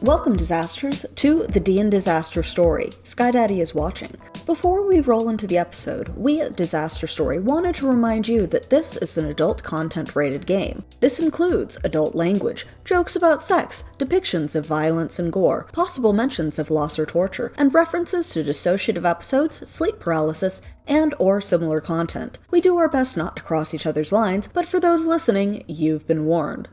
Welcome, disasters, to the DN Disaster Story. Skydaddy is watching. Before we roll into the episode, we at Disaster Story wanted to remind you that this is an adult content rated game. This includes adult language, jokes about sex, depictions of violence and gore, possible mentions of loss or torture, and references to dissociative episodes, sleep paralysis, and or similar content. We do our best not to cross each other's lines, but for those listening, you've been warned.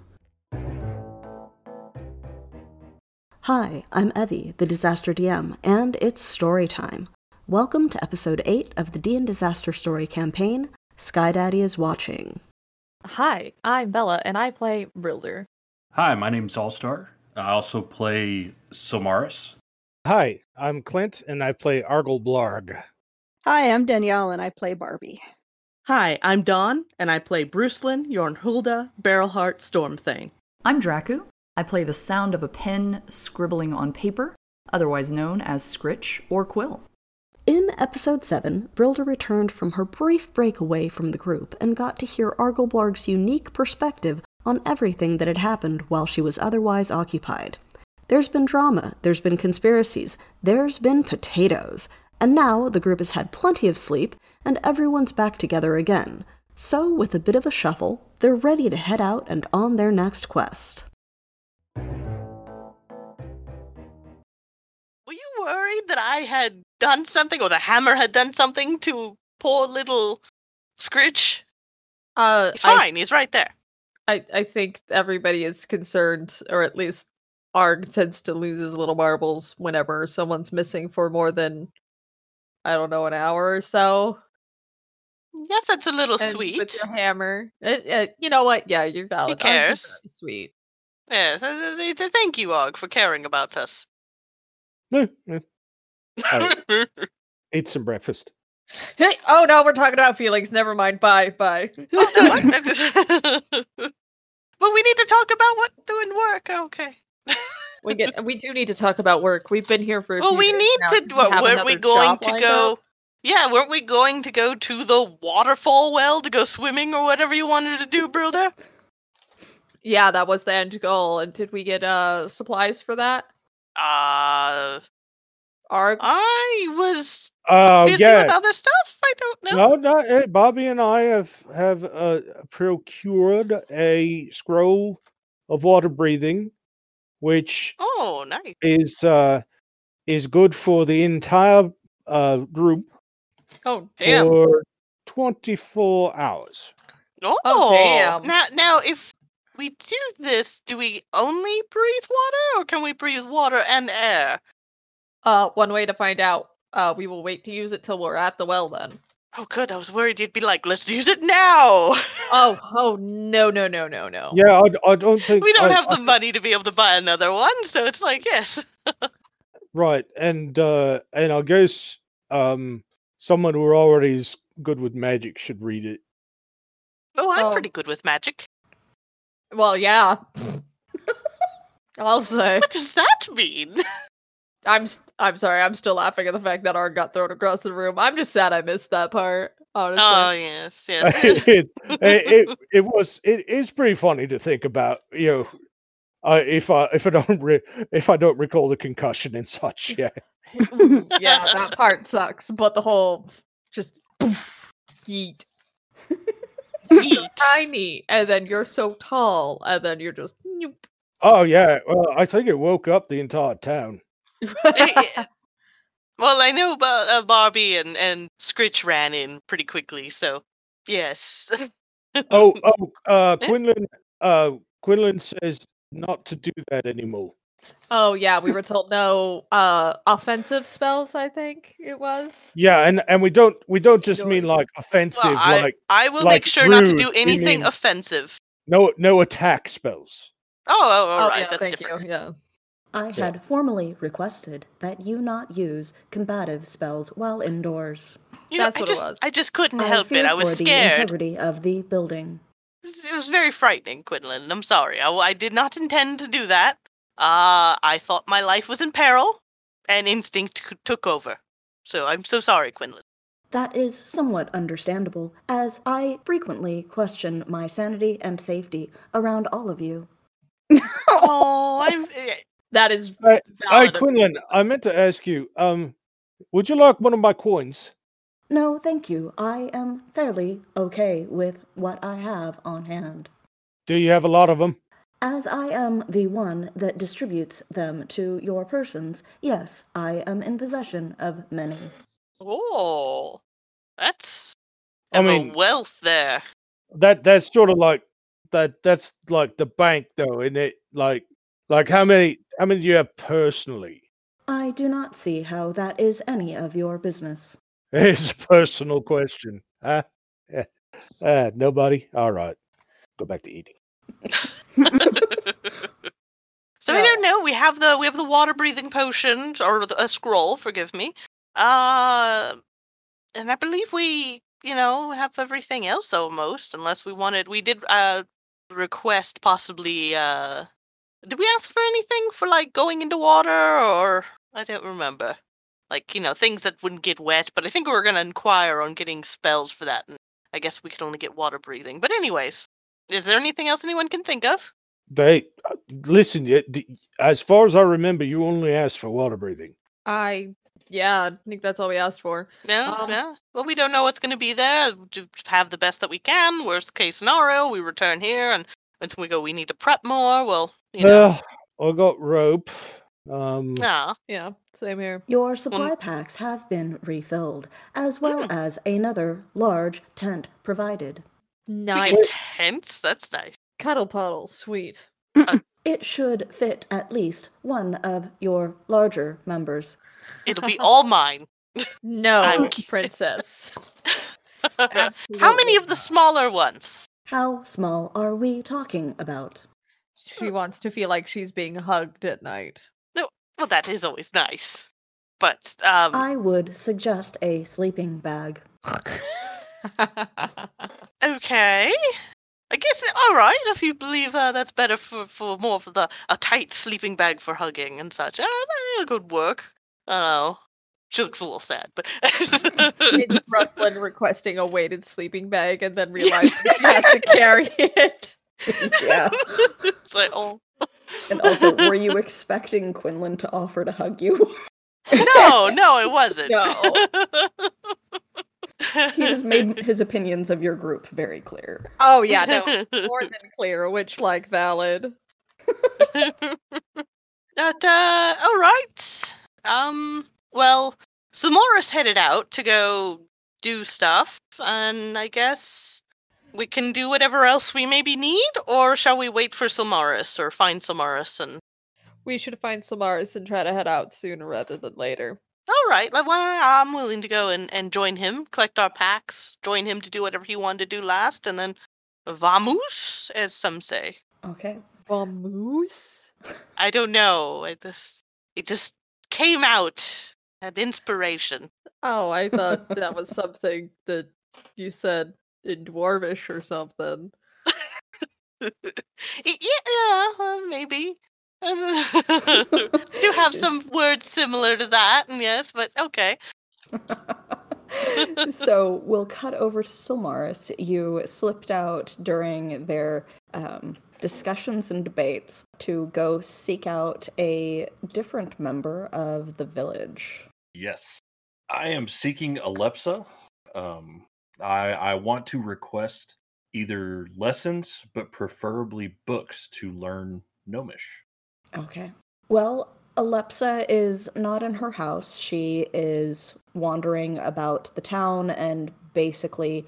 Hi, I'm Evie, the Disaster DM, and it's story time. Welcome to episode 8 of the D&D Disaster Story campaign, Skydaddy is watching. Hi, I'm Bella, and I play Rilder. Hi, my name's Allstar. I also play Samaris. Hi, I'm Clint, and I play Argel Blarg. Hi, I'm Danielle, and I play Barbie. Hi, I'm Dawn, and I play Brucelyn, Yornhulda, Barrelheart, Stormthane. I'm Dracu. I play the sound of a pen scribbling on paper, otherwise known as scritch or quill. In episode 7, Brilda returned from her brief break away from the group and got to hear Argelblarg's unique perspective on everything that had happened while she was otherwise occupied. There's been drama, there's been conspiracies, there's been potatoes. And now the group has had plenty of sleep and everyone's back together again. So, with a bit of a shuffle, they're ready to head out and on their next quest. Were you worried that I had done something or the hammer had done something to poor little Scritch? Uh, He's I, fine, he's right there. I, I think everybody is concerned, or at least Arg tends to lose his little marbles whenever someone's missing for more than, I don't know, an hour or so. Yes, that's a little And sweet. With your hammer. It, it- you know what? Yeah, you're valid. Arg is cares? very Sweet. Yes, uh, th- th- thank you, Og, for caring about us. No, no, ate some breakfast. Hey, oh no, we're talking about feelings. Never mind. Bye. Bye. Oh, no, I'm- I'm- but we need to talk about what doing work. Okay. we get we do need to talk about work. We've been here for a well, few we days need now. to. Do what- have weren't we another going job to lined go? up? Yeah, weren't we going to go to the waterfall well to go swimming or whatever you wanted to do, Brilda? Yeah, that was the end goal. And did we get uh supplies for that? Uh, Our I was Oh busy with yeah. other stuff? I don't know. No, no. eh, Bobby and I have have uh, procured a scroll of water breathing, which Oh, nice. is uh, is good for the entire uh, group oh damn. for twenty four hours. Oh, damn. Now, now, if we do this, do we only breathe water, or can we breathe water and air? Uh, one way to find out. Uh, we will wait to use it till we're at the well. Then. Oh, good. I was worried you'd be like, let's use it now. Oh, oh no, no, no, no, no. Yeah, I, I don't think Oh. we don't I- have I- the money to be able to buy another one, so it's like, yes. Right, and uh and I guess um someone who already is good with magic should read it. Oh, I'm Oh. pretty good with magic. Well, yeah. I'll say. What does that mean? I'm. s I'm sorry. I'm still laughing at the fact that our got thrown across the room. I'm just sad I missed that part. Honestly. Oh, yes, yes. it, it it it was it is pretty funny to think about, you know. Uh, if I if I don't re- if I don't recall the concussion and such, yeah. yeah, that part sucks. But the whole just yeet. Yeet. tiny, and then you're so tall, and then you're just. Oh yeah, well I think it woke up the entire town. Eh, eh, well, I know about uh, Barbie and and Scritch ran in pretty quickly, so yes. Oh oh, uh, Yes. Quinlan uh Quinlan says not to do that anymore. oh yeah, we were told no uh offensive spells. I think it was. Yeah, and and we don't we don't just mean Yours. like offensive, Well, I, like I will like make sure not to rude, do you anything mean- offensive. no no attack spells. Oh, oh, all oh right, yeah, that's thank different. you. Yeah. I Yeah. had formally requested that you not use combative spells while indoors. You know, That's I what it just, was. I just couldn't I help it. fear I was for the scared. integrity of the building. It was very frightening, Quinlan. I'm sorry. I, I did not intend to do that. Uh, I thought my life was in peril, and instinct c- took over. So I'm so sorry, Quinlan. That is somewhat understandable, as I frequently question my sanity and safety around all of you. Oh, I'm. eh, That is Alright, All right, valid. Quinlan, I meant to ask you, um, would you like one of my coins? No, thank you. I am fairly okay with what I have on hand, Do you have a lot of them? as I am the one that distributes them to your persons. Yes, I am in possession of many. Oh, that's. I I mean- wealth there. That that's sort of like that. That's like the bank, though, isn't it? Like, like how many? How many do you have personally? I do not see how that is any of your business. It's a personal question. Huh? Eh, eh, nobody. All right, go back to eating. So we don't know. We have the we have the water breathing potion or the- a scroll. Forgive me. Uh, and I believe we you know have everything else almost, unless we wanted. We did uh request possibly. uh Did we ask for anything for like going into water or I don't remember. Like you know things that wouldn't get wet, but I think we were gonna inquire on getting spells for that. And I guess we could only get water breathing. But anyways, is there anything else anyone can think of? They uh, listen. y- d- As far as I remember, you only asked for water breathing. I yeah, I think that's all we asked for. No, Um, no. Well, we don't know what's going to be there. To have the best that we can. Worst case scenario, we return here, and once we go, we need to prep more. Well, you know. Uh, I got rope. Um, ah, Yeah, same here. Your supply packs have been refilled, as well Mm. as another large tent provided. we Nice get tents. That's nice. cuddle puddle, sweet. It should fit at least one of your larger members. It'll be all mine. No, kidding. princess. How many of Absolutely the smaller ones? How small are we talking about? She wants to feel like she's being hugged at night. Well, that is always nice. But um, I would suggest a sleeping bag. okay. I guess all right if you believe uh, that's better for, for more of the a tight sleeping bag for hugging and such. Uh, that could work. I don't know. She looks a little sad, but it's Rustlin requesting a weighted sleeping bag and then realizing she has to carry it. yeah. it's like oh And also, were you expecting Quinlan to offer to hug you? no, no, it wasn't. he has made his opinions of your group very clear. Oh yeah, no. More than clear, which like valid. But, uh, all right. Um, well, Samora's headed out to go do stuff, and I guess we can do whatever else we maybe need, or shall we wait for Samaris or find Samaris and We should find Samaris and try to head out sooner rather than later. all right, like, well, I'm willing to go and, and join him, collect our packs, join him to do whatever he wanted to do last, and then vamos, as some say. Okay. Vamoose? I don't know. It just it just came out. An inspiration. Oh, I thought that was something that you said in Dwarvish or something. Y- yeah, uh, maybe. do have some words similar to that, and yes, but okay. so we'll cut over to Silmaris. You slipped out during their um, discussions and debates to go seek out a different member of the village. Yes. I am seeking Alepsa. Um, I, I want to request either lessons, but preferably books to learn Gnomish. Okay. Well, Alepsa is not in her house. She is wandering about the town and basically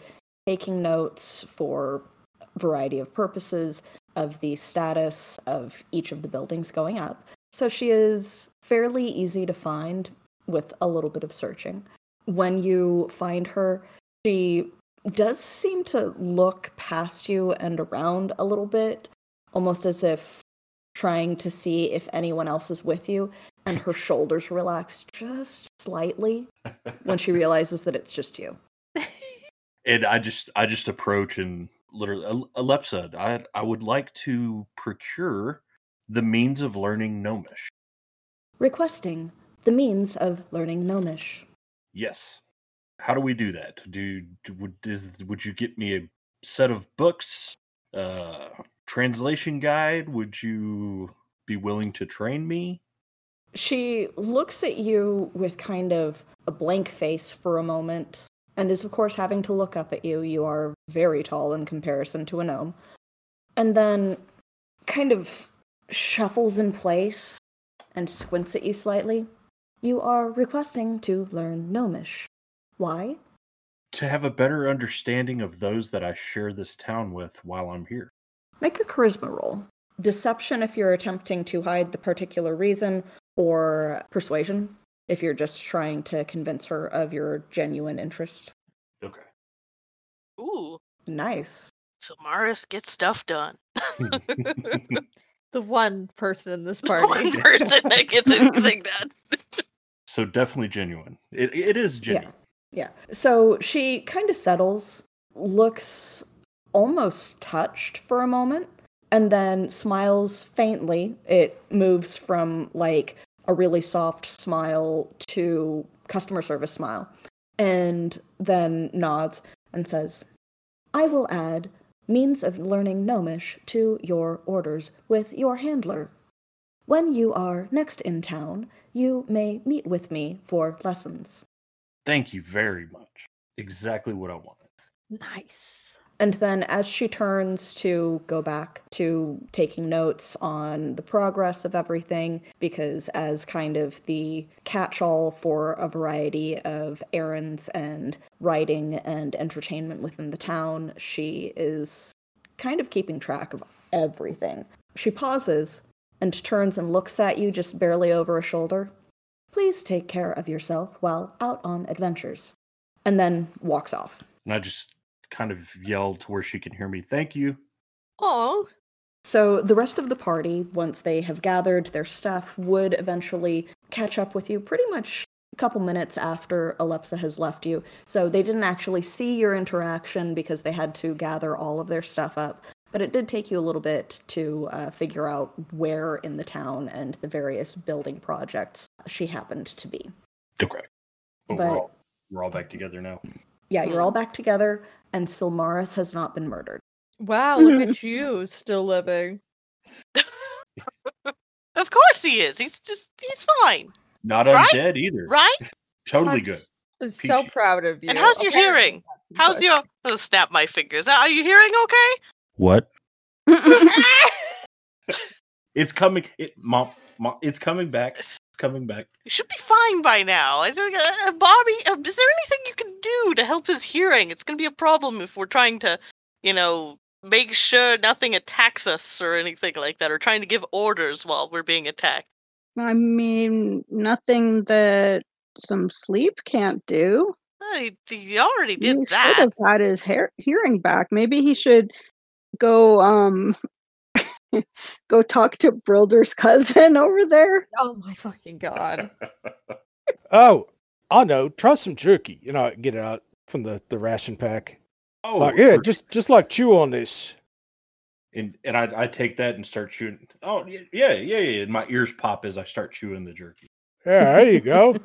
taking notes for a variety of purposes of the status of each of the buildings going up. So she is fairly easy to find with a little bit of searching. When you find her, she does seem to look past you and around a little bit, almost as if trying to see if anyone else is with you, and her shoulders relax just slightly when she realizes that it's just you. and I just I just approach and literally "Al- Alepsa, I I would like to procure the means of learning Gnomish. Requesting the means of learning Gnomish. Yes. How do we do that? Do, do would is, would you get me a set of books, uh, translation guide? Would you be willing to train me? She looks at you with kind of a blank face for a moment and is, of course, having to look up at you. You are very tall in comparison to a gnome. And then kind of shuffles in place and squints at you slightly. You are requesting to learn gnomish. Why? To have a better understanding of those that I share this town with while I'm here. Make a charisma roll. Deception if you're attempting to hide the particular reason, or persuasion if you're just trying to convince her of your genuine interest. Okay. Ooh, Nice. so Maris gets stuff done. The one person in this The party. One person that gets anything done. so definitely genuine. It, it is genuine. Yeah. So she kind of settles, looks almost touched for a moment, and then smiles faintly. It moves from like a really soft smile to customer service smile, and then nods and says, I will add means of learning gnomish to your orders with your handler. When you are next in town, you may meet with me for lessons. Thank you very much. Exactly what I wanted. Nice. And then as she turns to go back to taking notes on the progress of everything, because as kind of the catch all for a variety of errands and writing and entertainment within the town, she is kind of keeping track of everything. She pauses and turns and looks at you just barely over a shoulder. Please take care of yourself while out on adventures. And then walks off. And I just kind of yelled to where she can hear me. Thank you. Oh, So the rest of the party, once they have gathered their stuff, would eventually catch up with you pretty much a couple minutes after Alepsa has left you. So they didn't actually see your interaction because they had to gather all of their stuff up. But it did take you a little bit to uh, figure out where in the town and the various building projects she happened to be. Okay. But, But- we're, all, we're all back together now. Yeah, you're all back together, and Silmaris has not been murdered. Wow, look at you still living. of course he is. He's just, he's fine, Not Right? undead either. right? Totally good. That's- I'm so Peachy. proud of you. And how's your Apparently hearing? that's How's impressive. your, oh, snap my fingers. Are you hearing okay? Ah! What? It's coming. It, mom, mom, it's coming back. It's coming back. You should be fine by now. I think, uh, uh, Bobby, uh, is there anything you can do to help his hearing? It's going to be a problem if we're trying to, you know, make sure nothing attacks us or anything like that, or trying to give orders while we're being attacked. I mean, nothing that some sleep can't do. Uh, he, he already did You should that. have had his hair hearing back. Maybe he should go um go talk to Brilder's cousin over there. Oh my fucking god. Oh, I know. Try some jerky. You know, get it out from the, the ration pack. Oh, like, yeah, for- just just like chew on this. and and I, I take that and start shooting. Oh yeah, yeah, yeah, yeah. And my ears pop as I start chewing the jerky. Yeah, there you go.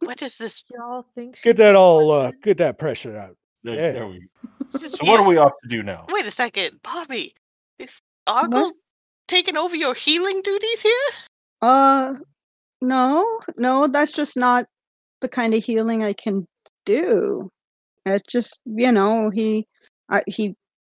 What is this? Y'all think Get she's that all uh, pregnant? get that pressure out. There, Yeah. there we go. So So what are we off to do now? Wait a second, Bobby. Is Argle taking over your healing duties here? Uh no, no, that's just not the kind of healing I can do. It just, you know, he I, he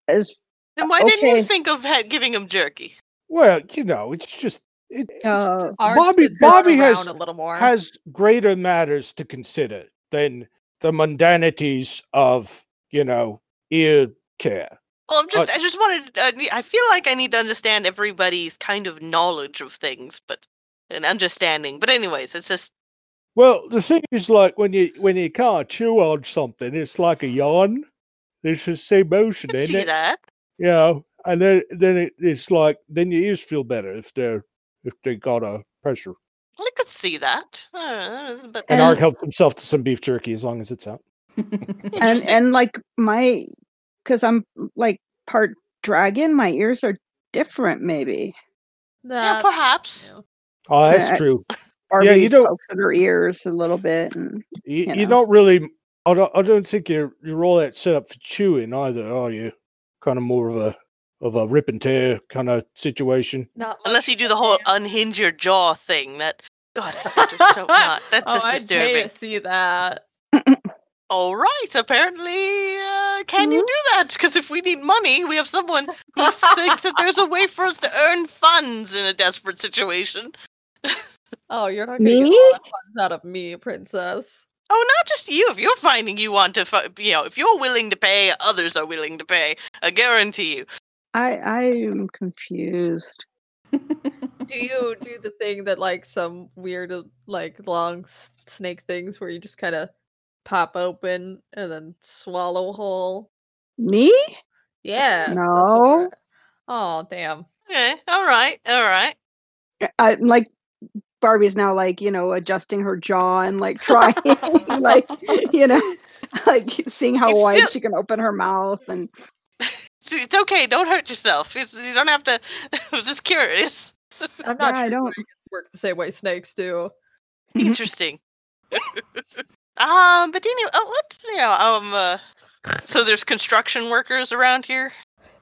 is Then why didn't you Okay. think of ha- giving him jerky? Well, you know, it's just it it's- uh Ours Bobby- could bounce Bobby has- around a little more. has greater matters to consider than the mundanities of, you know, ear care. Well, I'm just, Uh, I just wanted, I ne- I feel like I need to understand everybody's kind of knowledge of things, but, and understanding. But anyways, it's just, Well, the thing is like when you when you can't chew on something, it's like a yawn. It's the same motion, I can isn't see it? that. you know, and then then it, it's like then your ears feel better if they're if they got a pressure. I could see that. Uh, but And And- Ark helped himself to some beef jerky as long as it's out. and Interesting. and like my cuz I'm like part dragon, my ears are different maybe. yeah, uh, That- perhaps. yeah. Oh, that's Yeah, I- true. Barbie Yeah, you don't- pokes at her ears a little bit and You, you, you know. don't really. I don't. I don't think you're you're all that set up for chewing either, are you? Kind of more of a of a rip and tear kind of situation. Not Unless you do the whole unhinge your jaw thing. That God, I just don't not. That's oh, just I'd pay disturbing. to see that. All right. Apparently, uh, can Hmm? you do that? Because if we need money, we have someone who thinks that there's a way for us to earn funds in a desperate situation. Oh, you're not gonna get all Me? the funds out of me, princess. Oh, not just you. If you're finding you want to, fi- you know, if you're willing to pay, others are willing to pay. I guarantee you. I I am confused. Do you do the thing that like some weird uh, like long s- snake things where you just kind of pop open and then swallow whole? Me? Yeah. No. Oh damn. Okay. All right. All right. I- I like Barbie's now like, you know, adjusting her jaw and like trying like you know like seeing how You wide still- she can open her mouth and It's, it's okay. Don't hurt yourself. It's, you don't have to. I was just curious. I'm not Yeah, I sure don't- dragons work the same way snakes Oh, do. Mm-hmm. Interesting. um, but anyway, oh, what? You know, um, uh, so there's construction workers around here.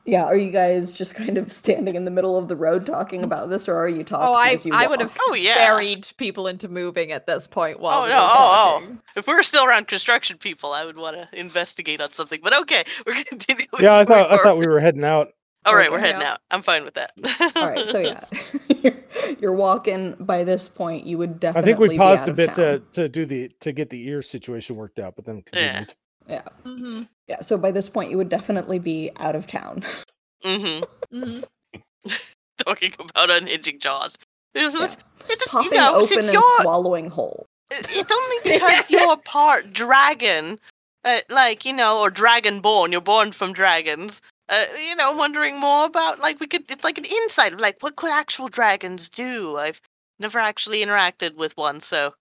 Yeah, are you guys just kind of standing in the middle of the road talking about this, or are you talking? Oh, I because you I would have walk? Oh yeah. buried people into moving at this point while Oh, we no, were oh, oh. talking. If we were still around construction people, I would want to investigate on something. But okay, we're continuing. Yeah, I thought I forward. thought we were heading out. All right, we're Okay. heading Yeah. out. I'm fine with that. All right, so yeah, you're, you're walking. By this point, you would I definitely. think we be paused out a of bit town. to, to do the to get the ear situation worked out, but then Yeah. continued. Mhm, Yeah, so by this point, you would definitely be out of town. Mm-hmm. mhm. Talking about unhinging jaws. It was- Yeah. It's just, Popping you know, open since and you're, swallowing whole. it- it's only because you're part dragon, uh, like you know, or dragonborn. You're born from dragons. Uh, you know, wondering more about like we could. It's like an insight of like what could actual dragons do. I've never actually interacted with one, so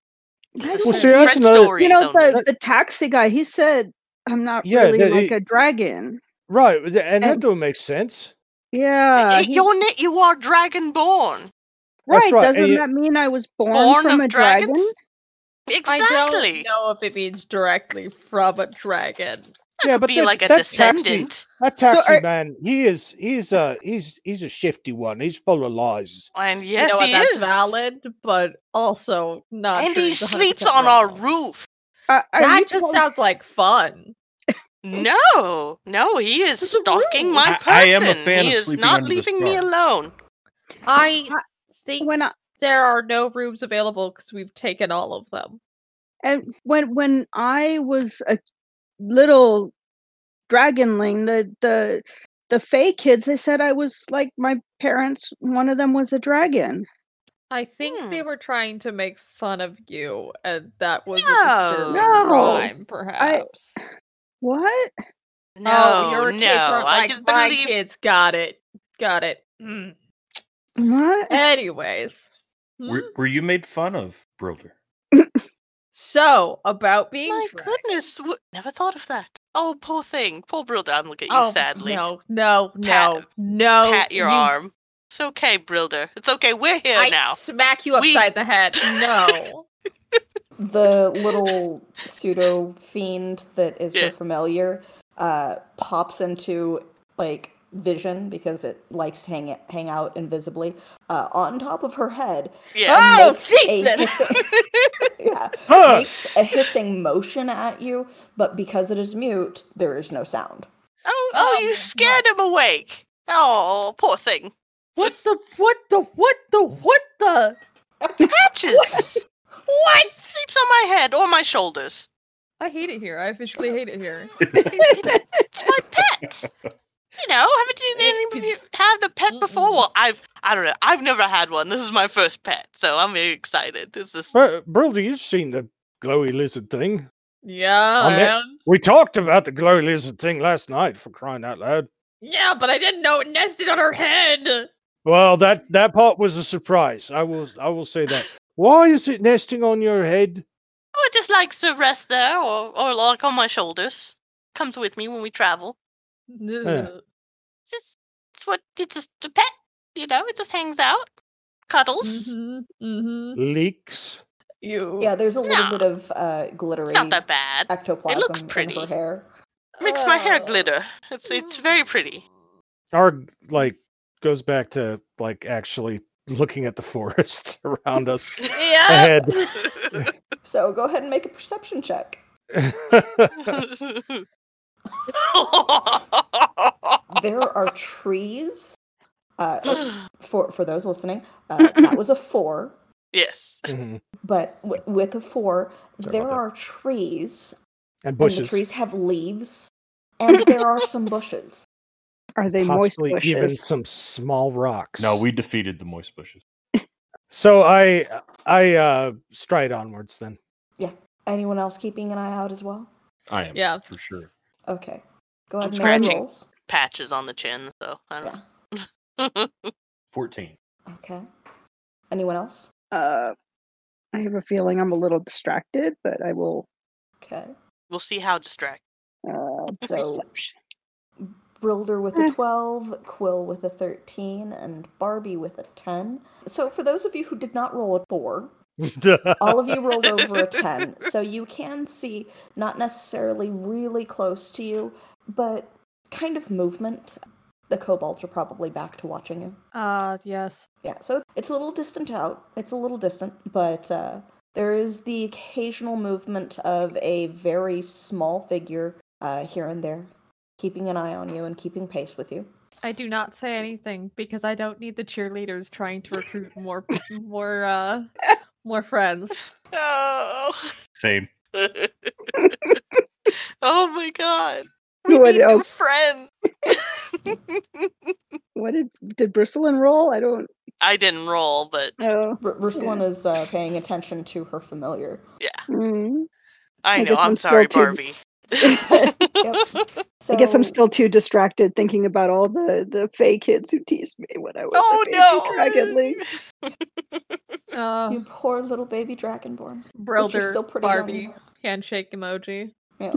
I Well, don't- see, that's Read another stories you know only. the, the taxi guy, he said I'm not Yeah, really that- like it- a dragon. right, and, and that And- don't make sense. Yeah. Y- he- you're ni- you are dragonborn. That's right. right, and Doesn't you- that mean I was born, Born from of a dragon? dragons? Exactly. I don't know if it means directly from a dragon. That Yeah, could but be that- like a that taxi- descendant. That So taxi are- man, he is he's uh he's he's a shifty one. He's full of lies. And you yes, know what, he that's is. valid, but also not. and sure he he's 100% sleeps on our wrong. roof. Uh, Are- are That you just telling- sounds like fun. No, no, he is It's a stalking rule. my I- I am person. a fan he of is sleeping not under the leaving me stars. alone. I I- think when I, there are no rooms available because we've taken all of them. And when when I was a little dragonling, the the the Fey kids, they said I was like my parents. One of them was a dragon. I think they Hmm. were trying to make fun of you, and that was No. a disturbing No. crime, perhaps. What? No, oh, your no, kids aren't I like can my believe. Hmm. kids. Got it. Got it. Mm. What? Anyways. Were, hmm? were you made fun of, Brilder? So, about being My dragged- goodness, w- never thought of that. Oh, poor thing, poor Brilda. I'm looking at you Oh, sadly. no, no, Pat- no, no. Pat your you arm. It's okay, Brilda. It's okay. We're here I now. smack you We- upside the head. No. The little pseudo fiend that is Yeah. her familiar uh, pops into like vision because it likes to hang hang out invisibly uh, on top of her head. Yeah. and Oh, makes a Jesus! hissing- yeah, Huh? makes a hissing motion at you, but because it is mute, there is no sound. Oh, Oh oh, my you scared him awake. Oh, poor thing. What the? What the? What the? What the? Patches. What? Sleeps on my head or my shoulders. I hate it here. I officially hate it here. It's my pet. You know, haven't you any of you had a pet before? Mm-mm. Well, I've I don't know. I've never had one. This is my first pet, so I'm very excited. This is Br- Brilder, you've seen the glowy lizard thing. Yeah, I'm at- man. We talked about the glowy lizard thing last night for crying out loud. Yeah, but I didn't know it nested on her head. Well, that that part was a surprise. I will I will say that. Why is it nesting on your head? oh, it just likes to rest there or or like on my shoulders. Comes with me when we travel. Ugh. It's just it's what it's just a pet. You know, it just hangs out, cuddles. Mhm, mhm. Leaks. You. Yeah, there's a little No. bit of uh, glittery It's not that bad. ectoplasm It looks in her pretty. hair. Oh. Makes my hair Ugh. glitter. It's it's very pretty. Arg like goes back to like actually looking at the forest around us. Yeah. So go ahead and make a percepption check. Mm-hmm. There are trees. Uh, for for those listening, uh, that was a four. yes. Mhm. But w- with a four, Sorry there about that. are trees, And and the bushes. trees have leaves, and there are some bushes. Are they moist possibly bushes? even some small rocks. No, we defeated the moist bushes. So I I uh stride onwards then. Anyone else keeping an eye out as well? I am. Yeah. For sure. Okay, go ahead and I'm make your scratching. rolls. Patches on the chin, so I don't know. 14. Okay. Anyone else? Uh, I have a feeling I'm a little distracted, but I will. Okay. we'll see how distract. Uh, So- perception. Brilder with a Eh. 12, Quill with a 13, and Barbie with a 10. So, for those of you who did not roll a 4, all of you rolled over a 10. So, you can see, not necessarily really close to you, but kind of movement. The kobolds are probably back to watching you. Ah, yes. Yeah, so it's a little distant out. It's a little distant, but uh, there is the occasional movement of a very small figure uh, here and there, keeping an eye on you and keeping pace with you. I do not say anything because I don't need the cheerleaders trying to recruit more more uh more friends. Oh. Same. oh my god. We What need new else? friends. What did did Bristolin roll? I don't I didn't roll, but know. R- Ruslan is uh, paying attention to her familiar. Mm. I, I know. guess I'm, I'm still sorry, too- Barbie. So, I guess I'm still too distracted thinking about all the the Fey kids who teased me when I was oh a baby no! Dragon League. Uh, You poor little baby dragonborn. Brilder, still pretty young. Barbie, handshake emoji. Yeah.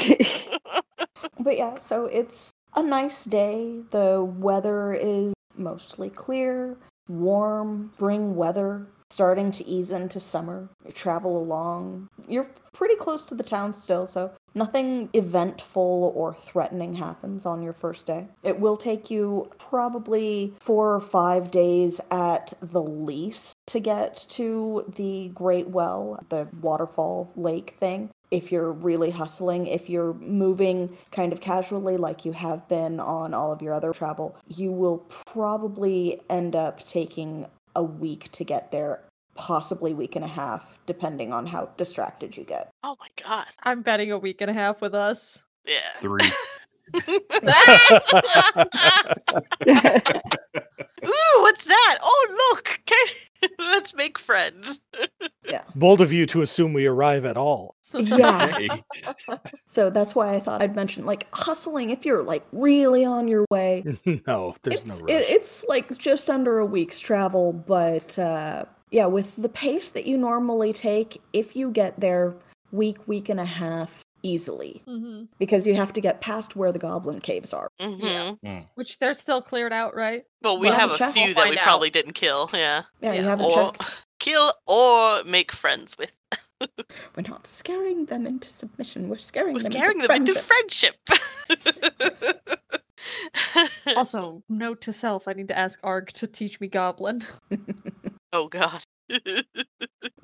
But yeah, so it's a nice day. The weather is mostly clear, warm, spring weather, starting to ease into summer. You travel along. You're pretty close to the town still, so nothing eventful or threatening happens on your first day. It will take you probably four or five days at the least to get to the Great Well, the waterfall lake thing if you're really hustling, if you're moving kind of casually like you have been on all of your other travel, you will probably end up taking a week to get there, possibly week and a half, depending on how distracted you get. oh my god. I'm betting a week and a half with us. Yeah. Three. Ooh, what's that? Oh look! Can- Let's make friends. Bold of you to assume we arrive at all. Yeah. Hey. So that's why I thought I'd mention like hustling if you're like really on your way. no, there's no it's, rush. it- it's like just under a week's travel, but uh, yeah, with the pace that you normally take, if you get there week, week and a half easily, hmm because you have to get past where the goblin caves are. hmm Which they're still cleared out, right? Well, we Well, have we'll a check. few We'll that we find out. probably didn't kill. Yeah. Yeah, you Yeah, haven't Or checked. kill or make friends with. We're not scaring them into submission. We're scaring We're them scaring into them into friendship. friendship. Also, note to self: I need to ask Arg to teach me Goblin. oh god.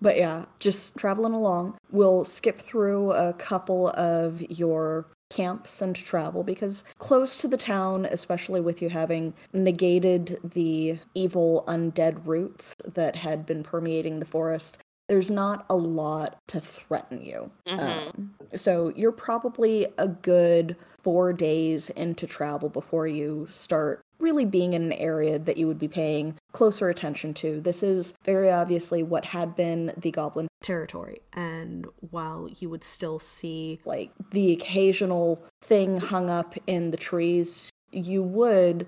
But yeah, just traveling along. We'll skip through a couple of your camps and travel because close to the town, especially with you having negated the evil undead roots that had been permeating the forest, there's not a lot to threaten you. Mhm. Um, so you're probably a good four days into travel before you start really being in an area that you would be paying closer attention to. This is very obviously what had been the goblin territory. And while you would still see like the occasional thing hung up in the trees, you would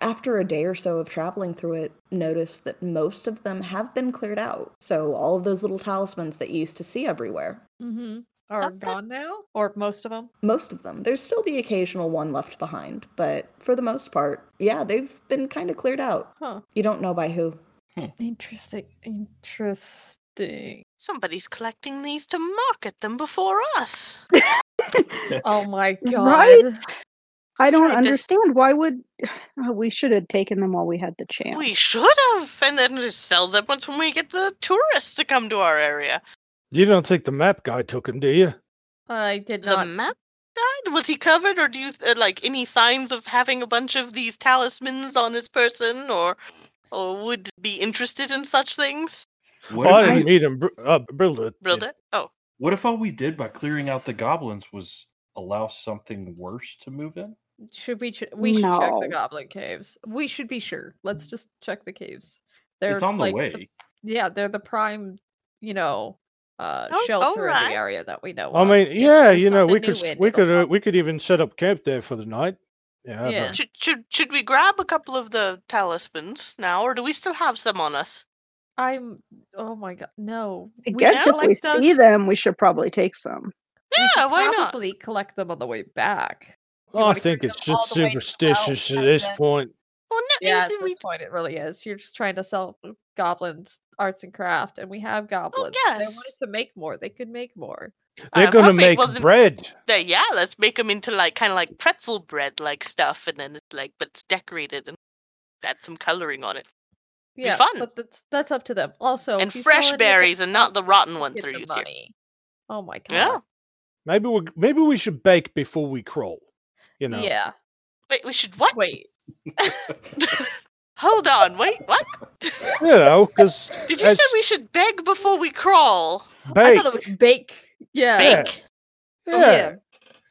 after a day or so of traveling through it, notice that most of them have been cleared out. So all of those little talismans that you used to see everywhere, Mm-hmm. Are Something- gone now, or most of them? most of them, there's still the occasional one left behind, but for the most part, yeah, they've been kind of cleared out. Huh. You don't know by who. Interesting. Interesting. Somebody's collecting these to market them before us. Oh my god. right? I don't tried to- understand. Why would Oh, we should have taken them while we had the chance? We should have, and then just sell them once when we get the tourists to come to our area. You don't think the map guy took him, do you? I did The not. map died. Was he covered, or do you th- uh, like any signs of having a bunch of these talismans on his person, or or would be interested in such things? What, Well, I if didn't we, meet him. Br- Uh, Brilda. did. Build it. Oh, what if all we did by clearing out the goblins was allow something worse to move in? Should we? Ch- we should check the No. goblin caves. We should be sure. Let's just check the caves. They're it's on the like, way. yeah, they're the prime. You know, uh, Oh, shelter in alright. the area that we know. I of. mean, If yeah, there's you know, we something could new st- in, we it'll could uh, pop we could even set up camp there for the night. Yeah. I Yeah. know. should should should we grab a couple of the talismans now, or do we still have some on us? I'm. Oh my god, no. I We guess if we collect those- see them, we should probably take some. we Yeah, should why not? probably collect them on the way back. You I wanna think carry it's them all just the way to Laos superstitious at and this then- point. Well, no, Yeah, at did we this point it really is. You're just trying to sell goblins arts and craft, and we have goblins. They yes. wanted to make more. They could make more. They're I'm gonna hoping- make well, then- bread. Then yeah, let's make them into like kind of like pretzel bread like stuff, and then it's like, but it's decorated and add some coloring on it Be Yeah, fun. but that's that's up to them. Also, and if you sell fresh any of the berries and not the stuff, rotten you ones get they're the used to. money. Oh my god. Yeah. Maybe we maybe we should bake before we crawl. You know. Yeah. Wait, we should what? Wait. Hold on, wait, what? You know, because Did you say we should beg before we crawl? I bake? thought it was bake. Yeah. Yeah. Bake. Oh, yeah.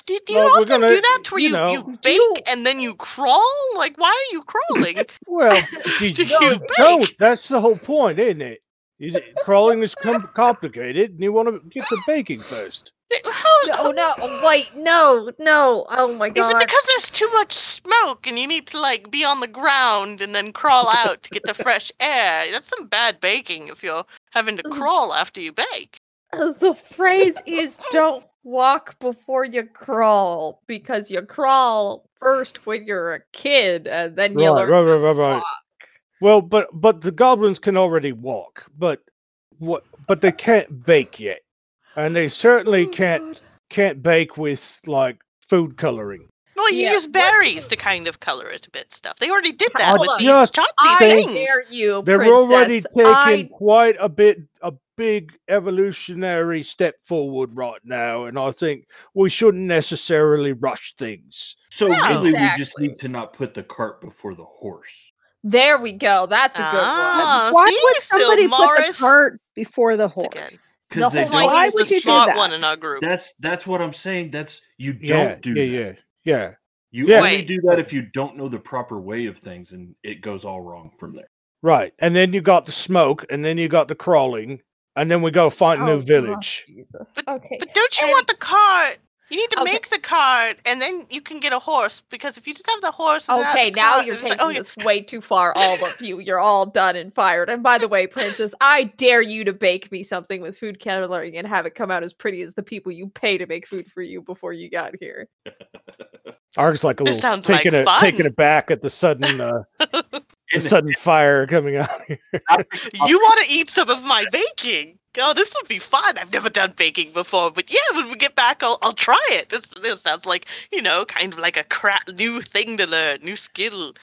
Do, do Well, you we're often gonna- do that to where you you, you, know- bake and then you crawl? Like, why are you crawling? Well, you, Do you you don't. bake? That's the whole point, isn't it? You- crawling is com- complicated, and you want to get the baking first. Hold No, oh, on. no, wait, no, no. Oh my Is god. it because there's too much smoke and you need to like be on the ground and then crawl out to get the fresh air? That's some bad baking if you're having Mm. to crawl after you bake. Uh, the phrase is don't walk before you crawl because you crawl first when you're a kid and then you Right, learn right, right, right, right. walk. Well, but but the goblins can already walk, but what? But they can't bake yet, and they certainly can't can't bake with like food coloring. Well, you Yeah, use what berries is- to kind of color it a bit stuff. They already did I that with just these chutney I things. dare you, They're princess. already taking I quite a bit a big evolutionary step forward right now, and I think we shouldn't necessarily rush things. So No. really, we just Exactly. need to not put the cart before the horse. there we go. That's a good Ah, one. Uh, Why see, would so somebody put the Morris- cart before the It's again- horse? The Because they whole That's don't. why Why he's would the you do smart that? one in our group. That's that's what I'm saying. That's you don't Yeah, do. yeah, that. yeah, yeah. You Yeah. only Wait. do that if you don't know the proper way of things, and it goes all wrong from there. Right. And then you got the smoke, and then you got the crawling, and then we go find a Oh, new God, village. Jesus. But- okay. But don't you And- want the cart? You need to Okay. make the cart, and then you can get a horse. Because if you just have the horse, and not Okay, the now cart, you're it's taking like, oh, yeah. this way too far, all of you. You're all done and fired. And by the way, Princess, I dare you to bake me something with food coloring and have it come out as pretty as the people you pay to make food for you before you got here. Ark's like a This little sounds like taken, a, taken fun. aback at the sudden uh, oh, the And sudden fire coming out. here. You want to eat some of my baking? Oh, this will be fun. I've never done baking before, but yeah, when we get back, I'll, I'll try it. This, this sounds like, you know, kind of like a cra- new thing to learn, new skill.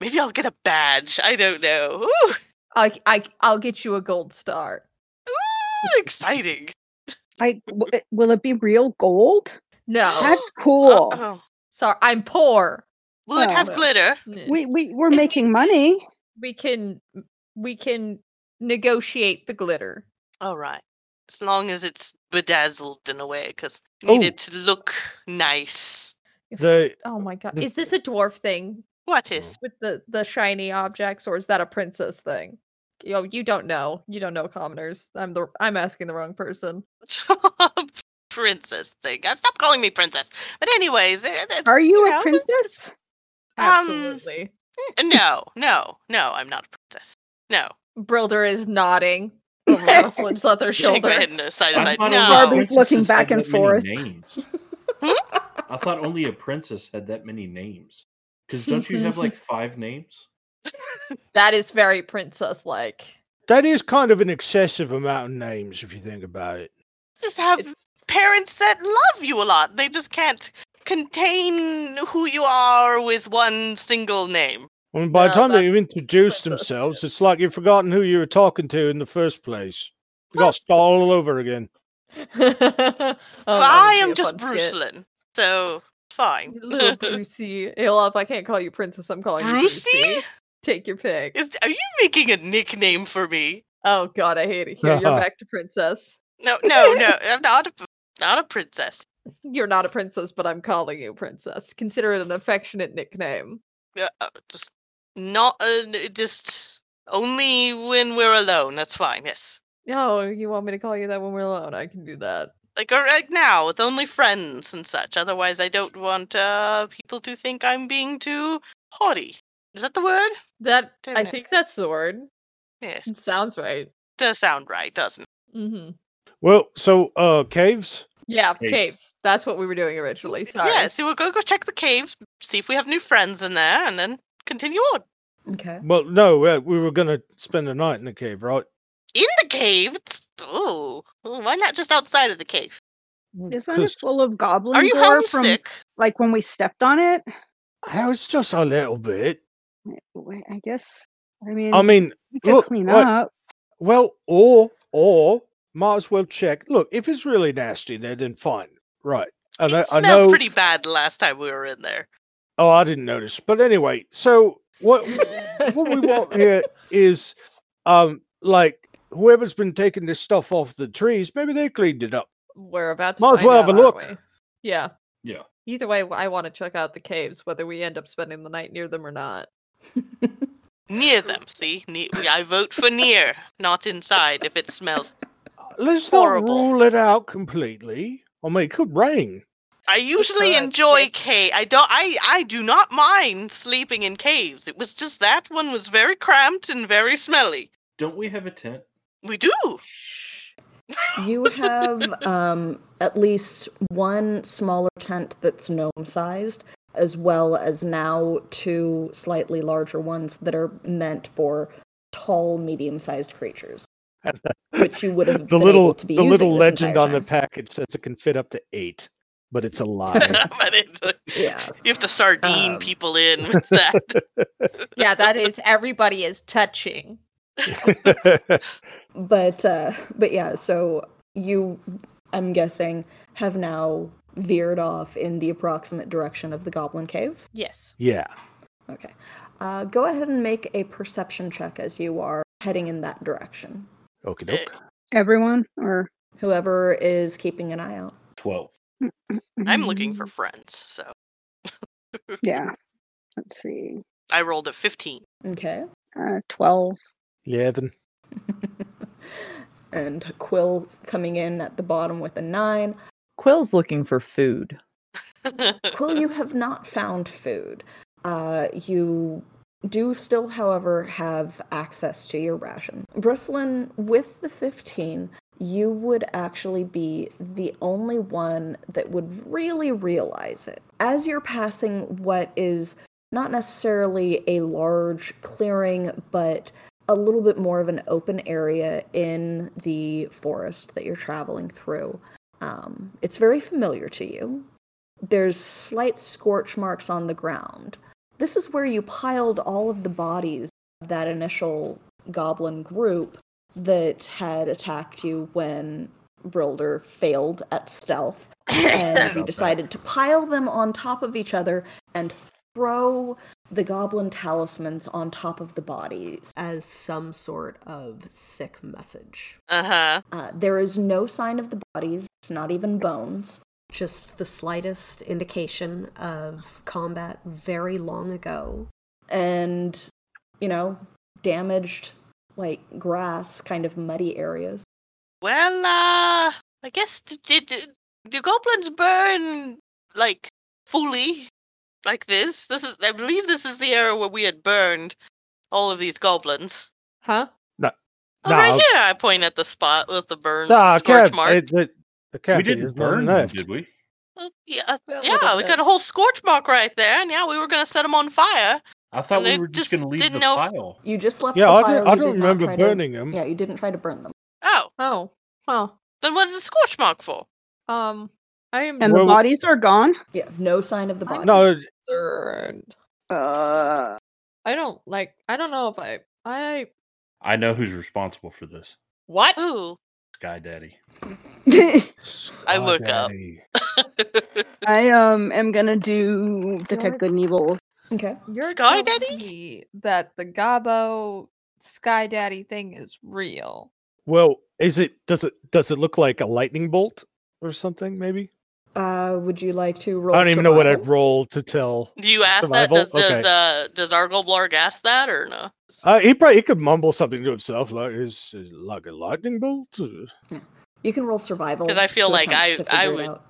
Maybe I'll get a badge. I don't know. Ooh, I, I, I'll get you a gold star. ooh, exciting. Like, w- it- will it be real gold? No, That's cool. Oh, Uh-oh. sorry, I'm poor. Will it have Well, glitter? Mm. We we we're making money. we can we can negotiate the glitter. All right. As long as it's bedazzled in a way, because you Oh. need it to look nice. If- The oh my god, the- is this a dwarf thing What is? with the the shiny objects, or is that a princess thing? Yo, you don't know. You don't know commoners. I'm the I'm asking the wrong person. princess thing. Uh, Stop calling me princess. But anyways, it, it's, Are you know, a princess? Um, Absolutely. n- no, no, no, I'm not a princess. No. Brilder is nodding. over Rosalind's other Shake my shoulder. head no, side to I side. thought only No. Barbie's- princesses looking had back and that many forth. names. I thought only a princess had that many names. Because don't you have like five names? That is very princess like. that is kind of an excessive amount of names if you think about it. Just have parents that love you a lot. They just can't contain who you are with one single name. And by No, the time that- they've introduced that's a- themselves, it's like you've forgotten who you were talking to in the first place. You got to start all over again. Oh, Oh, But I am just Bruce Lynn, so fine. Little Brucey. Well, if I can't call you princess, I'm calling you Brucey? Brucey. Take your pick. Is, are you making a nickname for me? Oh God, I hate it here. You're back to princess. No, no, no. I'm not a not a princess. You're not a princess, but I'm calling you princess. Consider it an affectionate nickname. Uh, uh, just not. Uh, just only when we're alone. That's fine. Yes. No, you want me to call you that when we're alone? I can do that. Like or right now with only friends and such. Otherwise, I don't want uh, people to think I'm being too haughty. Is that the word? That Damn I it. think that's the word. Yes. It sounds right. Does sound right, doesn't it? Mm-hmm. Well, so uh, caves. Yeah, Caves. caves. That's what we were doing originally. Sorry. Yeah. So we'll go go check the caves, see if we have new friends in there, and then continue on. Okay. Well, no, uh, we were gonna spend the night in the cave, right? In the cave? It's, ooh, ooh, why not just outside of the cave? Isn't it Just- full of goblin Are you gore from homesick? like when we stepped on it? How it's just a little bit. Wait, I guess. I mean, I mean, we could look, clean like- up. well, or or might as well check. Look, if it's really nasty there, then fine, right? And I, it I smelled know. pretty bad the last time we were in there. Oh, I didn't notice. But anyway, so what what we want here is um like whoever's been taking this stuff off the trees maybe they cleaned it up We're about to Might as find well have out, a aren't look. we? Yeah. Yeah. Either way, I want to check out the caves, whether we end up spending the night near them or not. Near them, see? Ne- I vote for near, not inside if it smells. let's Horrible. not rule it out completely i mean it could rain I usually God, enjoy Nick. cave. I don't. I I do not mind sleeping in caves. It was just that one was very cramped and very smelly. Don't we have a tent? We do. You have um, at least one smaller tent that's gnome sized, as well as now two slightly larger ones that are meant for tall, medium sized creatures. Which you would have the been little able to be the little using this legend entire on the time. package says it can fit up to eight but it's a lie But it- Yeah. You have to sardine Um. people in with that. Yeah, that is everybody is touching. But uh, but yeah, so you, I'm guessing, have now veered off in the approximate direction of the Goblin Cave. Yes. yeah Okay. Uh, go ahead and make a perception check as you are heading in that direction. okay Eh, Everyone or Whoever is keeping an eye out. 12. I'm looking for friends, so mm-hmm, yeah. Let's see. I rolled a 15. Okay. Uh, Twelve. 11 and Quill coming in at the bottom with a nine. Quill's looking for food. Quill, you have not found food. Uh, you do still, however, have access to your ration. Brislin, with the 15, you would actually be the only one that would really realize it. As you're passing what is not necessarily a large clearing, but a little bit more of an open area in the forest that you're traveling through. Um, it's very familiar to you there's slight scorch marks on the ground. This is where you piled all of the bodies of that initial goblin group that had attacked you when Brilder failed at stealth. And you Okay. decided to pile them on top of each other and throw the goblin talismans on top of the bodies as some sort of sick message. Uh huh. Uh, there is no sign of the bodies, not even bones. Just the slightest indication of combat very long ago. and you know damaged like grass kind of muddy areas Well, uh, I guess d- d- d- the goblins burn like fully, like this. This is, I believe, this is the era where we had burned all of these goblins. Huh? Oh, right Nah. here, I point at the spot with the burn Ah, scorch Kev, mark. it- it- the Kev, we there's didn't nothing burn them, left. did we? Well, yeah, uh, Well, yeah, little we bit. got a whole scorch mark right there, and yeah, we were gonna set them on fire. I thought I we were just just going to leave the didn't know if- pile. you just left yeah the i pile don't, I you don't did not remember try burning to, them yeah you didn't try to burn them Oh, Oh. Well. then what's the scorch mark for? Um I am and Well- the bodies are gone. Yeah, no sign of the body. No, concerned. Uh, I don't like. I don't know if I. I I know who's responsible for this. what? Ooh. Sky Daddy. I Sky look up. Daddy. I um am gonna do detect Dark- good and evil. Okay. You're Sky telling Daddy? me that the Gabo Sky Daddy thing is real. Well, is it does it does it look like a lightning bolt or something? Maybe Uh, would you like to roll? I don't even know what I survival? rolled to tell. Do you ask Survival? that? Does does Okay. uh does Argoblarg ask that or no? Uh, he probably he could mumble something to himself like is it like a lightning bolt. Uh, You can roll survival. 'Cause I feel to like attempt to I- I figure it would- out.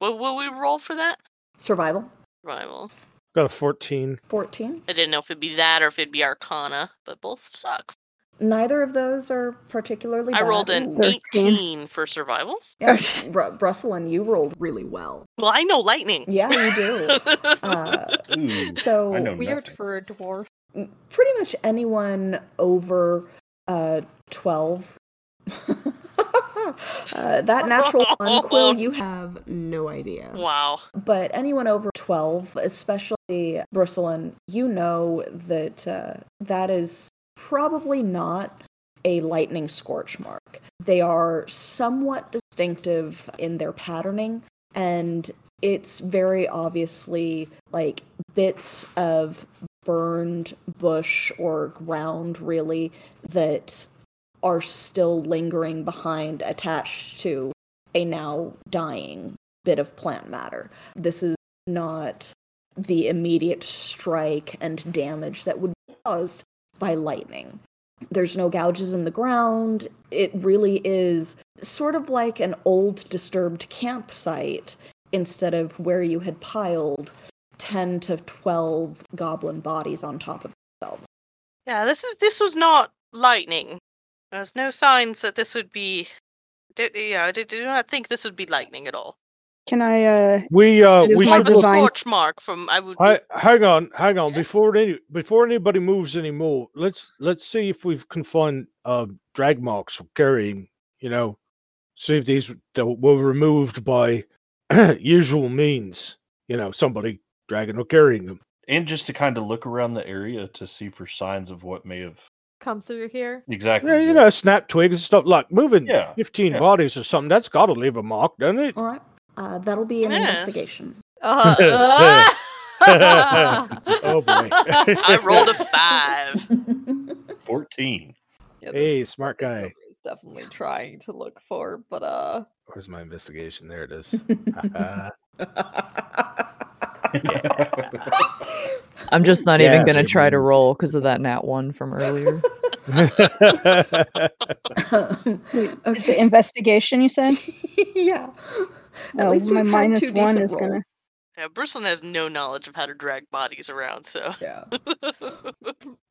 What will we roll for that? survival Survival. Got a fourteen. fourteen. I didn't know if it'd be that or if it'd be Arcana, but both suck. Neither of those are particularly. I bad. rolled an Ooh. Thirteen. 18 for survival. Yeah, Bru- Brussel and you rolled really well. Well, I know lightning. Yeah, you do. uh, Ooh. so I know Weird nothing. for a dwarf. m- pretty much anyone over uh, 12. uh, that natural one, Quill, you have. Have no idea. wow. But anyone over 12, especially Bristolin, you know that uh, that is probably not a lightning scorch mark. They are somewhat distinctive in their patterning, and it's very obviously like bits of burned bush or ground, really, that are still lingering behind attached to a now dying bit of plant matter. This is not the immediate strike and damage that would be caused by lightning. There's no gouges in the ground. It really is sort of like an old disturbed campsite instead of where you had piled 10 to 12 goblin bodies on top of themselves. Yeah, this is this was not lightning. There's no signs that this would be. d yeah, I did- do not think this would be lightning at all. Can I uh We uh It is we More my of should a look. design. scorch mark from I would. I, hang on, hang on. Yes. Before any before anybody moves any more, let's let's see if we can find uh, drag marks or carrying. You know, see if these that were removed by usual means. You know, somebody dragging or carrying them. And just to kind of look around the area to see for signs of what may have Come through here. exactly. Yeah, you know, snap twigs and stuff like moving Yeah, fifteen yeah. bodies or something. That's got to leave a mark, doesn't Oh, it? All right. Uh, that'll be an Yes. investigation. Uh, Oh, boy. I rolled a five. fourteen. Yeah, this Hey, is smart something guy. Silver is definitely trying to look for, but uh, Where's my investigation? There it is. Uh, I'm just not Yeah, even going to they try to moved. roll because of that nat one from earlier. it's an investigation you said? yeah. At Oh, least my we've had minus two one decent is gonna- rolls. Yeah, Bristol has no knowledge of how to drag bodies around, so. Yeah.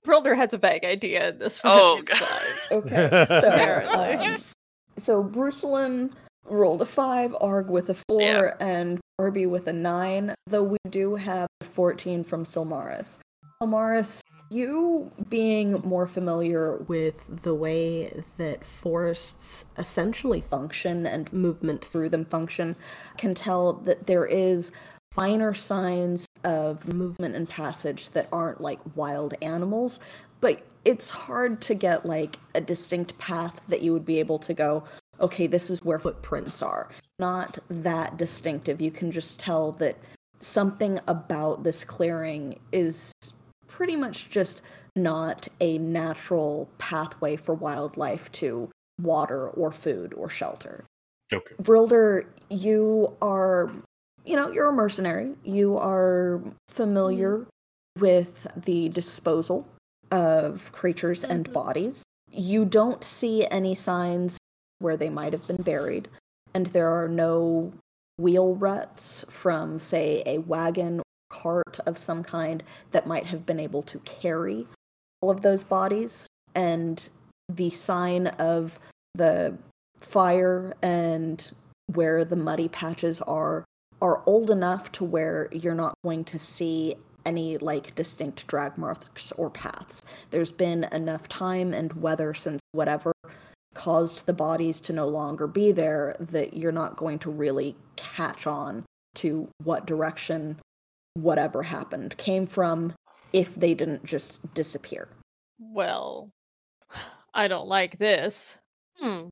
Brilder has a vague idea in this one. Oh, it's God. fine. Okay. So, Apparently. um, so Brucelin rolled a five, Arg with a four, Yeah. and Arby with a nine. Though we do have a fourteen from Silmaris. Silmaris, you being more familiar With the way that forests essentially function and movement through them function can tell that there is finer signs of movement and passage that aren't like wild animals but it's hard to get like a distinct path that you would be able to go okay this is where footprints are not that distinctive you can just tell that something about this clearing is pretty much just not a natural pathway for wildlife to water or food or shelter Joker. Brilder, you are, you know, you're a mercenary. You are familiar with the disposal of creatures and bodies. You don't see any signs where they might have been buried, and there are no wheel ruts from, say, a wagon or cart of some kind that might have been able to carry all of those bodies. And the sign of the fire and where the muddy patches are are old enough to where you're not going to see any like distinct drag marks or paths. There's been enough time and weather since whatever caused the bodies to no longer be there, that you're not going to really catch on to what direction whatever happened came from if they didn't just disappear. Well, I don't like this. Hmm.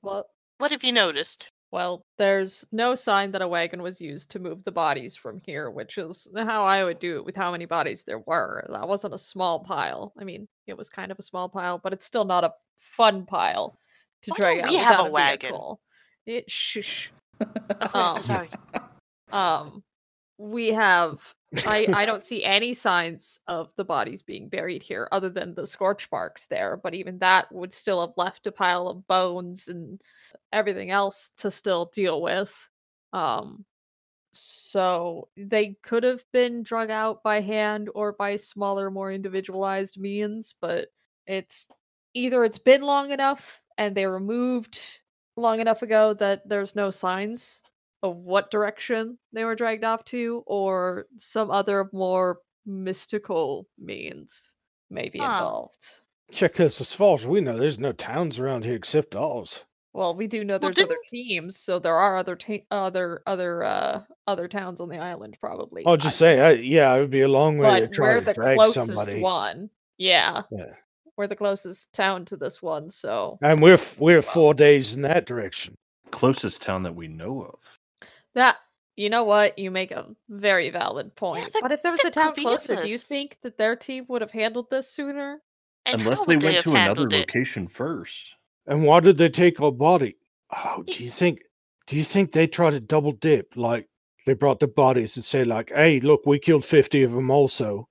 Well, What have you noticed? well, there's no sign that a wagon was used to move the bodies from here, which is how I would do it with how many bodies there were. That wasn't a small pile. I mean, it was kind of a small pile, but it's still not a fun pile to Why drag don't out we have a without wagon? vehicle. It shush. Oh, Um, sorry. Um, we have. I I don't see any signs of the bodies being buried here, other than the scorch marks there. But even that would still have left a pile of bones and everything else to still deal with. Um, so they could have been drug out by hand or by smaller, more individualized means. But it's either it's been long enough and they were moved long enough ago that there's no signs of what direction they were dragged off to, or some other more mystical means may be Huh. involved. Check this as far as we know, there's no towns around here except ours. Well, we do know Well, there's other teams, so there are other ta- other other uh other towns on the island probably. I'll I- Oh, just say, I, yeah, it would be a long way to but try we're to the drag closest somebody. one. Yeah. Yeah. We're the closest town to this one, so And we're f- we're four Well- days in that direction. Closest town that we know of. that you know what, you make a very valid point. that- but if there was that a could town be closer, do you useless. think that their team would have handled this sooner? And Unless how they would went have to another handled it? location first. And why did they take our body? Oh, Ye- do you think do you think they tried to double dip? Like they brought the bodies and say like, hey, look, we killed fifty of them also.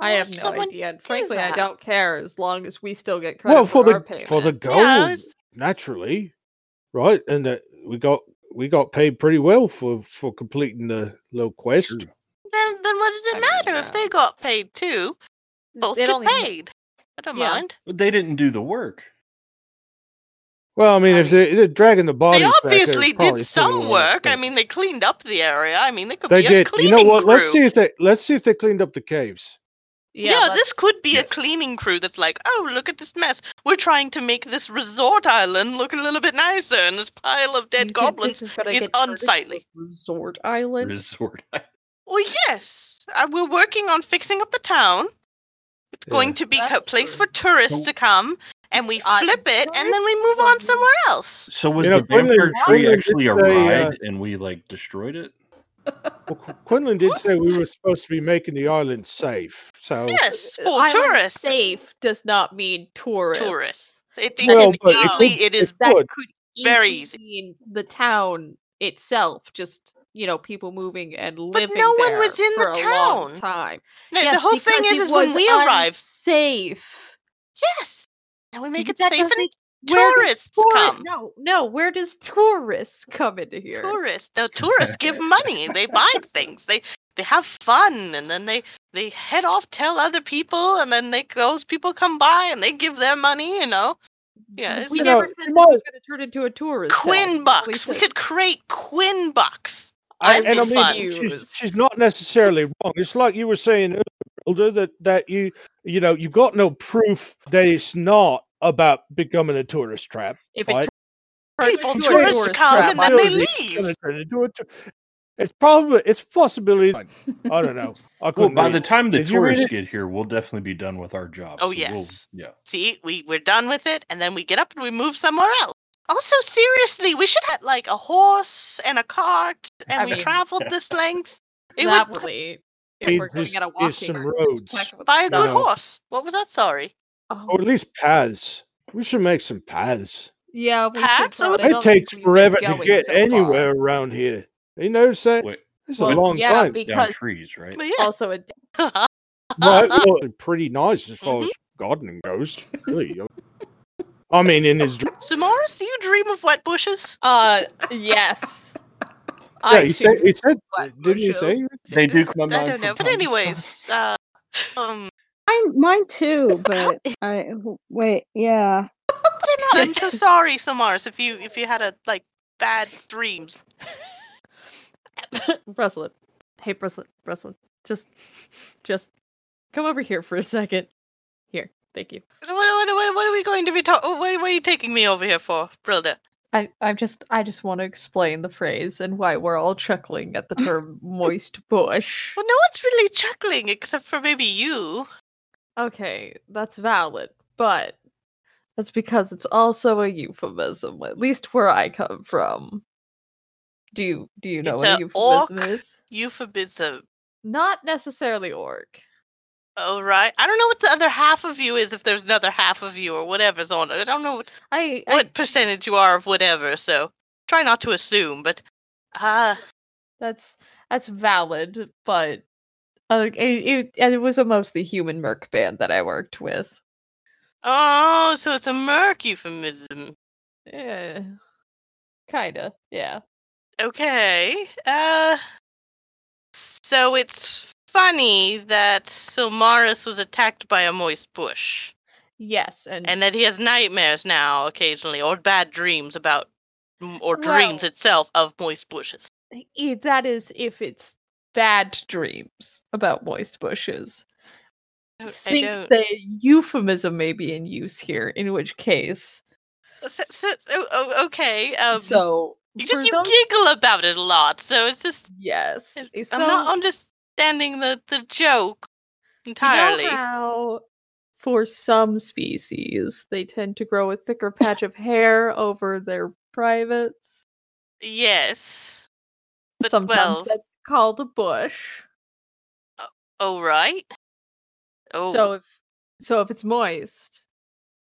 I Why have would no someone idea. And frankly, I that? don't care as long as we still get credit Well, for, for, our the payment. for the gold, it's- naturally, right? And that we got we got paid pretty well for for completing the little quest. True. Then, then what does it I mean, matter if yeah. they got paid too? Both It get only ma- paid. I don't Yeah. mind. But they didn't do the work. Well, I mean, I if they, they're dragging the bodies, They back, they're probably obviously did putting some in work. I but mean, they cleaned up the area. I mean, they could they be a did. You cleaning know what? crew. Let's see if they let's see if they cleaned up the caves. Yeah, this that's- could be a yes. cleaning crew that's like, oh, look at this mess. We're trying to make this resort island look a little bit nicer, and this pile of dead you think goblins. this is, gonna is get turned into unsightly. a Resort Island. Resort. Well, yes, uh, we're working on fixing up the town. It's Yeah. going to be a That's place true. for tourists So- to come, and we I- flip it, and then we move on Tourists? somewhere else. So was You know, the vampire Quinlan- tree Quinlan did actually a say, uh, ride and we like destroyed it? Well, Qu- Quinlan did say we were supposed to be making the island safe. So Yes, Uh, for island tourists. Safe does not mean tourists. Tourists. It, it Well, is but it easily, could- it is it That Good. could Very easily easy. mean the town itself, just you know, people moving and living no one there was in the for a long town. time. No, yes, the whole because thing is, it is when was we arrive, unsafe. yes, and we make But it that safe and doesn't- where do tourists touri- come. No, no. Where does tourists come into here? Tourists, the tourists give money. They buy things. They they have fun, and then they they head off, tell other people, and then they those people come by and they give their money. You know, yeah. It's we You just know, never said this Jamal- was going to turn into a tourist. town. Quinn That's all bucks. We said. could create Quinn bucks. I That'd and I be fun. mean, she's, she's not necessarily wrong. It's like you were saying earlier Elder, that that you you know you got no proof that it's not about becoming a tourist trap. If Right. it turns People, into a tourists tourist come trap, and then I they would- Possibility it's leave. gonna turn into a tour- It's probably it's possibility. I don't know. I Well, couldn't by read the it. time the Did you read tourists it? get here, we'll definitely be done with our job. Oh, we'll- yes. yeah. See, we we're done with it, and then we get up and we move somewhere else. Also, seriously, we should have like a horse and a cart, and I we mean- traveled this length. It would Probably, Need if we're going is- to get a is walking some or roads, heck of a- buy a No, good no. horse. What was that? Sorry, Oh, or at least paths. We should make some paths. yeah, we should Perhaps I would- probably. I It don't think takes we've been forever to going get so far. anywhere around here. You notice that? Wait, It's Well, a long yeah, time. down because trees, right? but yeah. also it Right, well, it's pretty nice as far Mhm. as gardening goes. Really. I mean, in his dr- so, Morris, do you dream of wet bushes? uh yes. yeah, I he said, too he said, wet didn't he bushes. say? They do come to I mind don't from know, time to but time. anyways, uh, um, Mine, mine too, but I w- wait. Yeah, they're not. I'm so sorry, Samaris, if you if you had a like bad dreams. Breslin. Hey, Breslin. Breslin. Just, just come over here for a second. Here. Thank you. What, what, what, what are we going to be talking? What, what are you taking me over here for, Brilda? I, I just I just want to explain the phrase and why we're all chuckling at the term moist bush. Well, no one's really chuckling except for maybe you. Okay, that's valid, but that's because it's also a euphemism, at least where I come from. Do you do you know It's what a a euphemism orc. is? Euphemism. Not necessarily orc. All Oh, right. I don't know what the other half of you is, if there's another half of you or whatever's on. I don't know what, I, I what percentage you are of whatever, so try not to assume. But uh, that's that's valid, but uh, it, it and it was a mostly human merc band that I worked with. oh, so it's a merc euphemism. Eh. Yeah, kinda. Yeah. Okay. Uh, so it's funny that Silmaris was attacked by a moist bush, Yes, and, and that he has nightmares now occasionally, or bad dreams about, m- or dreams Well- itself of moist bushes. i- that is if it's bad dreams about moist bushes. I I don't- I think don't- the euphemism may be in use here, in which case, S- s- s- o- o- okay. Um, so you for just you those- giggle about it a lot, so it's just yes, eh, it- so I'm not understanding the the joke entirely. you know how for some species they tend to grow a thicker patch of hair over their privates. Yes. But Sometimes well, that's called a bush. all right. Oh. So if so, if it's moist,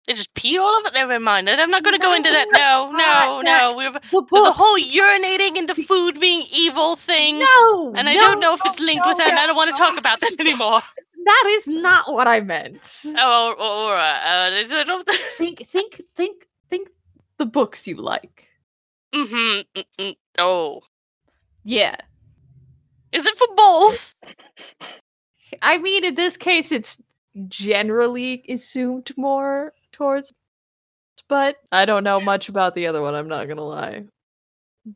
They just peed all of it. Never mind. I'm not going to go into that. No, no, not that- no. We have, the there's a books- whole urinating into food being evil thing. no, and I no, don't know if it's no, linked no, with that. and I don't want to no. talk about that anymore. That is not what I meant. Oh, all- all right. Uh, I just don't. think, think, think, think. The books you like. Mhm, mm mm. Oh, Yeah. is it for both? I mean, in this case, it's generally assumed more towards, but I don't know much about the other one. I'm not gonna lie.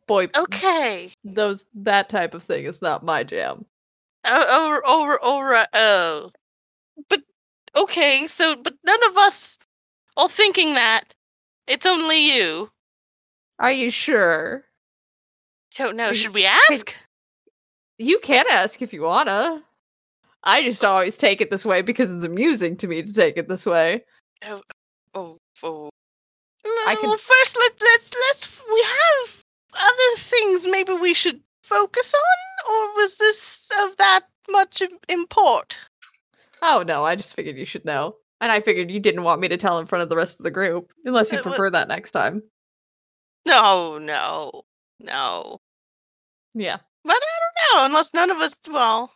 Boy, Okay. those that type of thing is not my jam. Oh, oh, oh, all right. Oh, but okay. So, but none of us are thinking that. It's only you. Are you sure? Don't know. Is- Should we ask? You can ask if you wanna. I just always take it this way because it's amusing to me to take it this way. Oh, oh. I can- Well, first let let's let's we have other things maybe we should focus on, or was this of that much im- import? Oh no, I just figured you should know. And I figured you didn't want me to tell in front of the rest of the group, unless you Uh, wha- prefer that next time. No, no, no. Yeah. But I don't know. Unless none of us, well,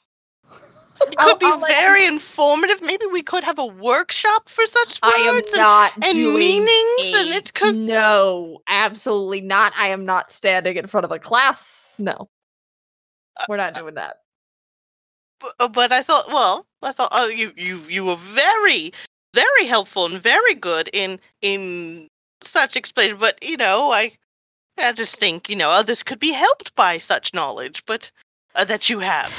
it could I'll- be I'll let you- very informative. Maybe we could have a workshop for such words and, not and meanings, and a- it could. No, absolutely not. I am not standing in front of a class. Uh, No. We're not doing that. bu- uh, But I thought, well, I thought, oh, you you you were very, very helpful and very good in in such explaining. But you know, I I just think you know others could be helped by such knowledge, but uh, that you have,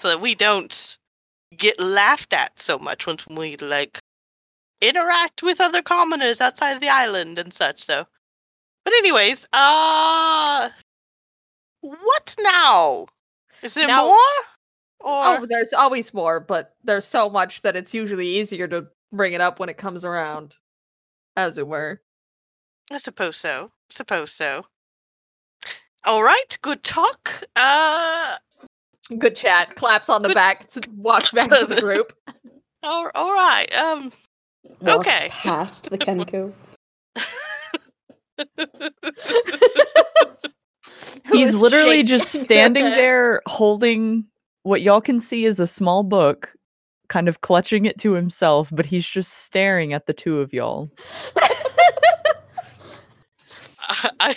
so that we don't get laughed at so much once we like interact with other commoners outside of the island and such. So, but anyways, uh, what now? Is there Now- more? Or Oh, there's always more, but there's so much that it's usually easier to bring it up when it comes around, as it were. I suppose so. Suppose so. All right, good talk. Uh, Good chat. Claps on the Good- back. s- Walks back to the group. all, all right. Um, Walks Okay. past the Kenku. Who He's is literally just shaking standing their head. there holding what y'all can see is a small book, kind of clutching it to himself, but he's just staring at the two of y'all. I I,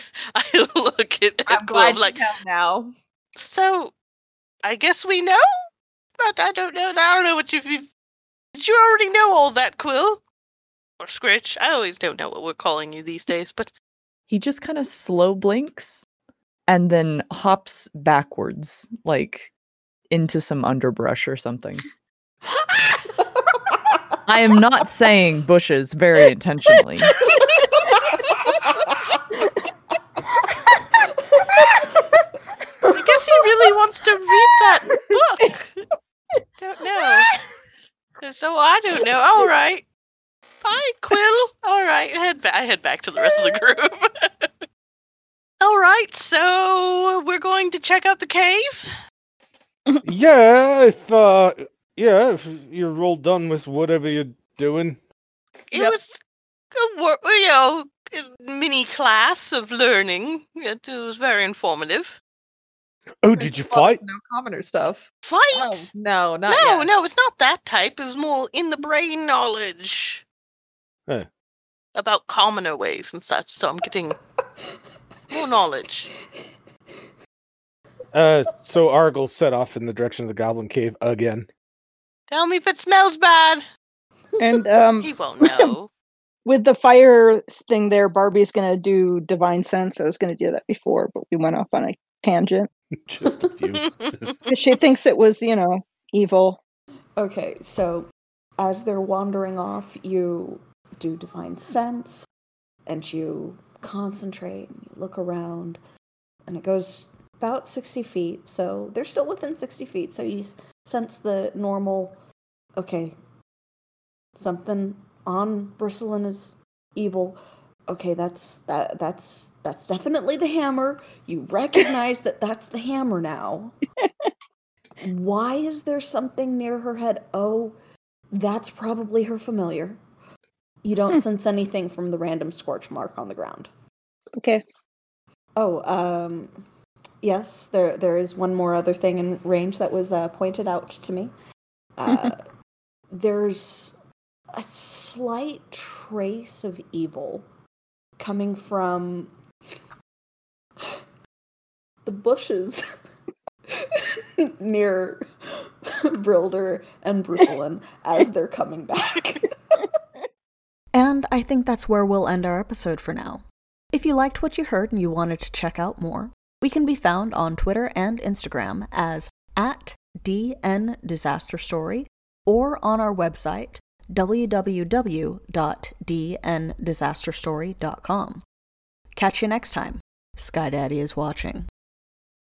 I look at, at I'm Quill glad like you know now. so. I guess we know, but I don't know. I don't know what you've. you've did you already know all that, Quill? Or Scritch? I always don't know what we're calling you these days, but He just kind of slow blinks and then hops backwards, like into some underbrush or something. I am not saying bushes very intentionally. I guess he really wants to read that book. don't know. So I don't know. All right. Bye, Quill. All right. I head, ba- I head back to the rest of the group. All right. So we're going to check out the cave. yeah, if uh, yeah, if you're all done with whatever you're doing. It was a wor- you know a mini class of learning. It was very informative. Oh, did A you lot of fight? No commoner stuff. Fight? Oh, no, not no, yet. no, it's not that type. It was more in the brain knowledge Huh. about commoner ways and such. So I'm getting more knowledge. Uh, so Argyle set off in the direction of the Goblin Cave again. Tell me if it smells bad. And um, He won't know. with the fire thing there, Barbie's gonna do divine sense. I was gonna do that before, but we went off on a tangent. Just a few. 'Cause She thinks it was, you know, evil. Okay, so as they're wandering off, you do divine sense and you concentrate and you look around and it goes about 60 feet. So they're still within 60 feet. So you s- sense the normal, okay, something on Bristolin is evil. Okay, that's that that's that's definitely the hammer. You recognize that that's the hammer now why is there something near her head? Oh, that's probably her familiar. You don't sense anything from the random scorch mark on the ground. Okay. Oh, um, yes, there there is one more other thing in range that was uh, pointed out to me. Uh, there's a slight trace of evil coming from the bushes near Brilder and Brucelin as they're coming back. and I think that's where we'll end our episode for now. If you liked what you heard and you wanted to check out more, we can be found on Twitter and Instagram as at DN Disaster Story or on our website www.dndisasterstory.com. Catch you next time. Sky Daddy is watching.